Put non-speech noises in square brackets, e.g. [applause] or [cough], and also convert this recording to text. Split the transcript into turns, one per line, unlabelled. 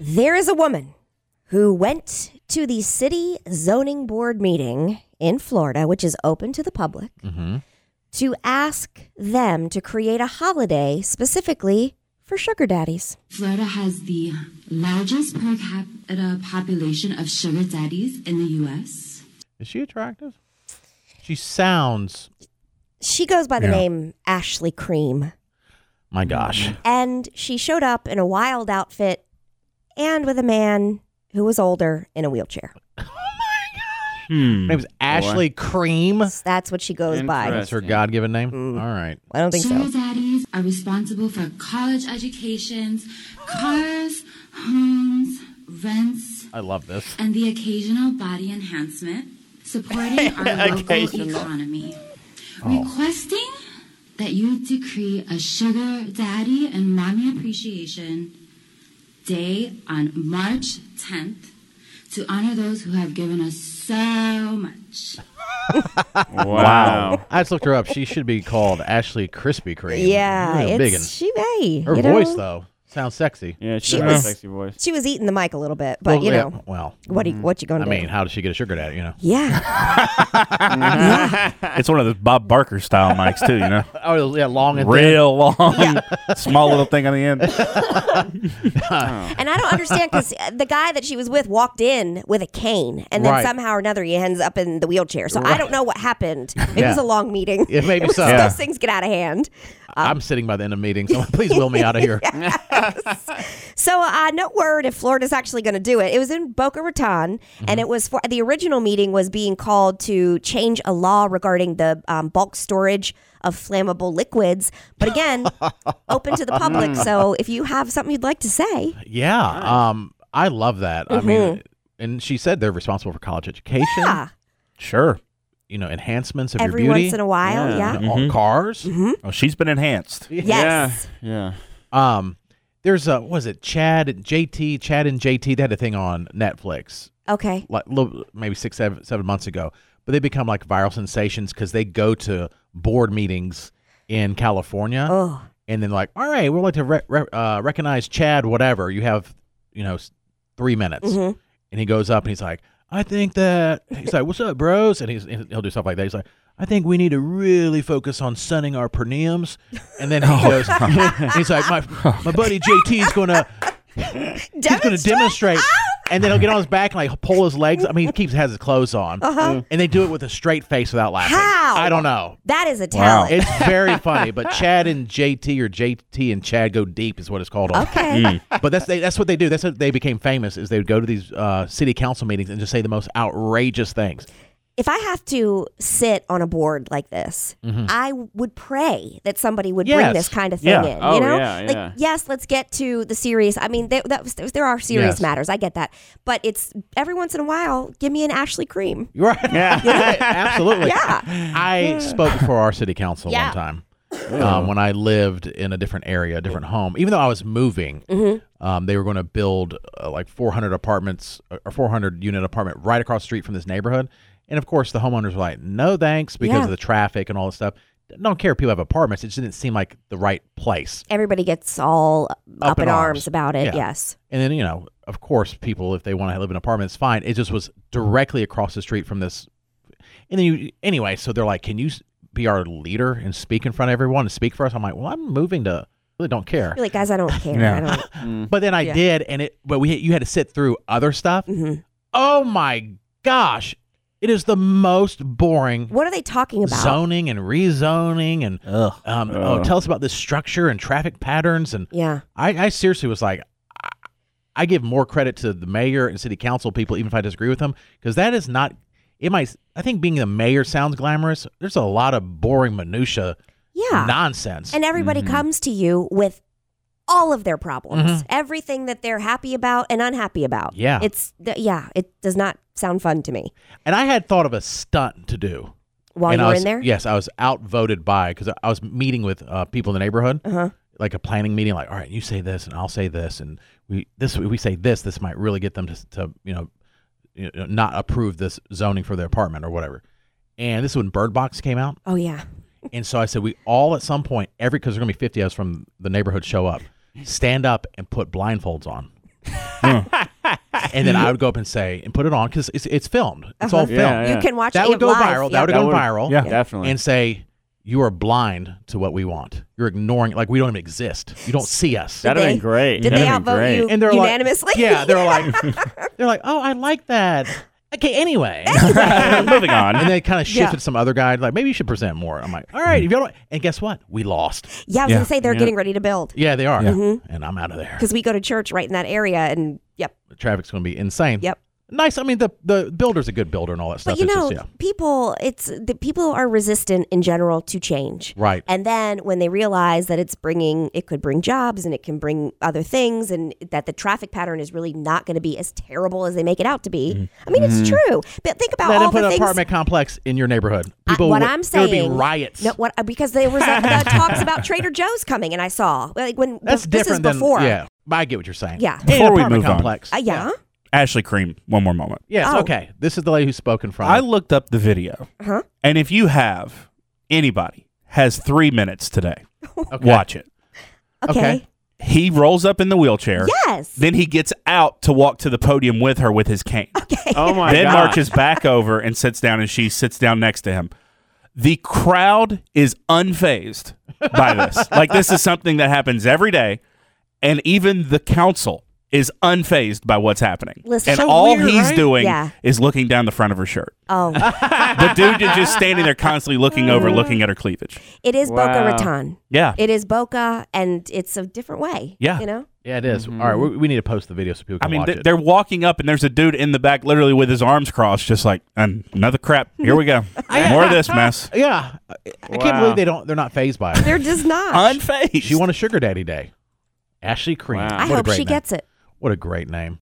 There is a woman who went to the city zoning board meeting in Florida, which is open to the public, to ask them to create a holiday specifically for sugar daddies.
Florida has the largest per capita population of sugar daddies in the U.S.
Is she attractive? She sounds.
She goes by the
Yeah.
name Ashley Cream,
My
Mm.
gosh.
and she showed up in a wild outfit and with a man who was older in a wheelchair.
Her
Hmm.
name's Ashley Cream.
That's what she goes by.
That's her God-given name.
Mm.
All right.
I don't think so.
sugar daddies are responsible for college educations, cars, homes, rents,
I love
[laughs]
this.
and the occasional body enhancement, supporting our local economy. Requesting that you decree a sugar daddy and mommy appreciation day on March 10th to honor those who have given us so much.
Wow.
I just looked her up. She should be called Ashley Krispy Kreme.
Yeah,
Real biggin'.
it's, she may.
Her
you know?
voice though sounds sexy.
Yeah, she
She
has a
was-
sexy voice.
She was eating the mic a little bit, but
Well,
you
yeah,
know
Well,
what? Are, you- what you gonna
I
do?
mean, how does she get a sugar daddy? You know. [laughs]
yeah,
It's one of those Bob Barker style mics too, [laughs] you know.
Oh yeah, long and thin.
Real long, small little thing on the end.
and I don't understand because the guy that she was with walked in with a cane, and then
Right.
somehow or another he ends up in the wheelchair. So I don't know what happened. It
Yeah.
was a long meeting.
Yeah, maybe
was-
so.
Those
Yeah.
things get out of hand.
I'm sitting by the end of meeting. Someone please will me out of
[laughs]
here.
So uh, no word if Florida's actually going to do it. It was in Boca Raton,
Mm-hmm.
and it was for the original meeting was being called to change a law regarding the um, bulk storage of flammable liquids. But again,
[laughs]
open to the public. So if you have something you'd like to say,
Yeah. Um, I love that. I mean, and she said they're responsible for college education.
Mm-hmm. yeah,
Sure.
You know, enhancements of
every
your beauty.
once in a while, yeah.
all cars.
Oh, she's been enhanced.
Yes.
Yeah. Yeah.
Mm-hmm.
Um, there's a was it Chad and JT? Chad and JT. They had a thing on Netflix
Okay.
like little, maybe six, seven, seven months ago. But they become like viral sensations because they go to board meetings in California,
Oh,
and then like, all right, we'd like to re- re- uh, recognize Chad. Whatever you have, you know, s- three
Mm-hmm.
minutes, and he goes up and he's like, I think that he's like, what's up, bros? And he's and he'll do stuff like that. He's like. I think we need to really focus on sunning our perineums, and then he goes. [laughs] he's like, my my buddy JT is gonna he's going to demonstrate, and then he'll get on his back and like pull his legs. I mean, he keeps has his clothes on, and they do it with a straight face without laughing.
Uh-huh. How?
I don't know.
that is a talent.
It's very funny, but Chad and JT or JT and Chad go deep is what it's called. On.
[laughs] Okay.
But that's they, that's what they do. That's what they became famous is they would go to these uh, city council meetings and just say the most outrageous things. [laughs]
If I have to sit on a board like this, I would pray that somebody would
Yes.
bring this kind of thing
Yeah.
in. You
Oh,
know,
yeah, yeah.
like yes, let's get to the serious. I mean, there, that was, there are serious
Yes.
matters. I get that, but it's every once in a while, give me an Ashley Cream.
You're Right? Yeah. Absolutely.
Yeah.
I spoke for our city council
Yeah.
one time. Um, when I lived in a different area, a different home, even though I was moving,
Mm-hmm.
um, they were going to build uh, like 400 apartments uh, or 400 unit apartment right across the street from this neighborhood. And of course, the homeowners were like, no thanks because
Yeah.
of the traffic and all this stuff. Don't care if people have apartments. It just didn't seem like the right place.
Everybody gets all up,
in
in arms,
arms.
about it.
Yeah.
Yes.
And then, you know, of course, people, if they want to live in apartments, fine. It just was directly across the street from this. And then you, anyway, so they're like, can you s- be our leader and speak in front of everyone and speak for us? I'm like, well, I'm moving to, really don't care.
You're like, guys, I don't care.
Yeah.
I don't.
Mm.
But then I
Yeah.
did, and it, but we, you had to sit through other stuff.
Mhm.
Oh my gosh. It is the most boring
What are they talking about?
zoning and rezoning and,
Ugh.
um, oh, tell us about this structure and traffic patterns and
Yeah.
I, I seriously was like, I, I give more credit to the mayor and city council people, even if I disagree with them, because that is not. It might. I think being the mayor sounds glamorous. There's a lot of boring minutia
Yeah.
nonsense.
And everybody
Mm-hmm.
comes to you with all of their problems, everything that they're happy about and unhappy about.
Yeah.
It's, th- yeah, it does not sound fun to me
and I had thought of a stunt to do.
while
and
you
I
were
was,
in there.
Yes, I was outvoted by because I was meeting with uh, people in the neighborhood,
Uh-huh.
like a planning meeting. Like, all right, you say this, and I'll say this, and we this we say this. This might really get them to, to you know, you know not approve this zoning for their apartment or whatever. And this is when Bird Box came out,
Oh, yeah.
and so I said we all at
[laughs]
some point every because there's gonna be 50 of us from the neighborhood show up, stand up and put blindfolds on. and then I would go up and say and put it on because it's it's filmed. It's all
Uh-huh.
filmed.
Yeah, yeah.
You can watch
Oh, That
it
would go
live.
viral.
Yeah.
That would
That
go
would-
viral.
yeah.
Definitely.
And say you are blind to what we want. You're ignoring like we don't even exist. You don't see us.
That'd have
Did
been
they-
great.
did
That'd
they
have been
outvote
great.
you?
and they're
Unanimously?
like, yeah,
[laughs]
they're like, they're like, oh, I like that. Okay, anyway.
[laughs] Moving
and
on.
they kind of shifted some other guy like maybe you should present more. I'm like, all right, if you don't. And guess what? We lost.
Yeah, I was
Yeah.
gonna say they're getting ready to build
Yeah, they are.
Mm-hmm.
And I'm out of there.
because we go to church right in that area, and yep,
The traffic's going to be insane.
Yep.
Nice. I mean, the the builder's a good builder and all that stuff.
But you
It's
know,
just, yeah.
people it's the people are resistant in general to change.
Right.
And then when they realize that it's bringing it could bring jobs and it can bring other things and that the traffic pattern is really not going to be as terrible as they make it out to be. I mean, it's true. But think about
Let
all
him Mm-hmm. put
the
an
things
apartment complex in your neighborhood. People,
what
would-
I'm
there would
saying-
be riots.
No, what because there
[laughs]
was uh, the talks about Trader Joe's coming and I saw like when
That's
this
different
is
than
before.
yeah. But I get what you're saying.
Yeah.
An
Before we
apartment
move on.
complex.
Uh, yeah.
Ashley Cream, one more moment.
Yes.
Oh.
Okay. This is the lady who's spoken from.
I looked up the video.
Huh?
And if you have anybody has three minutes today,
Okay.
watch it.
Okay.
Okay.
He rolls up in the wheelchair.
Yes.
Then he gets out to walk to the podium with her with his cane.
Oh my
then
god.
marches back over and sits down, and she sits down next to him. The crowd is unfazed by this. like this is something that happens every day, and even the council is unfazed by what's happening.
Listen-
and
So
all
weird,
he's
right?
doing
Yeah.
is looking down the front of her shirt.
[laughs]
Oh,
The dude is just standing there constantly looking over, looking at her cleavage.
it is
Wow.
Boca Raton.
Yeah.
It is Boca and it's a different way.
Yeah.
You know?
yeah, it is.
Mm-hmm.
All right, we, we need to post the video so people
I
can
mean,
watch
th-
it.
they're walking up, and there's a dude in the back, literally with his arms crossed, just like "And another crap. Here we go, more of
[laughs]
this mess.
Yeah, I, I can't
Wow.
believe they don't. They're not phased by it.
There does not.
Unfazed.
she won a sugar daddy day. Ashley Cream.
Wow.
I
What a
hope
great
she
name.
gets it.
What a great name.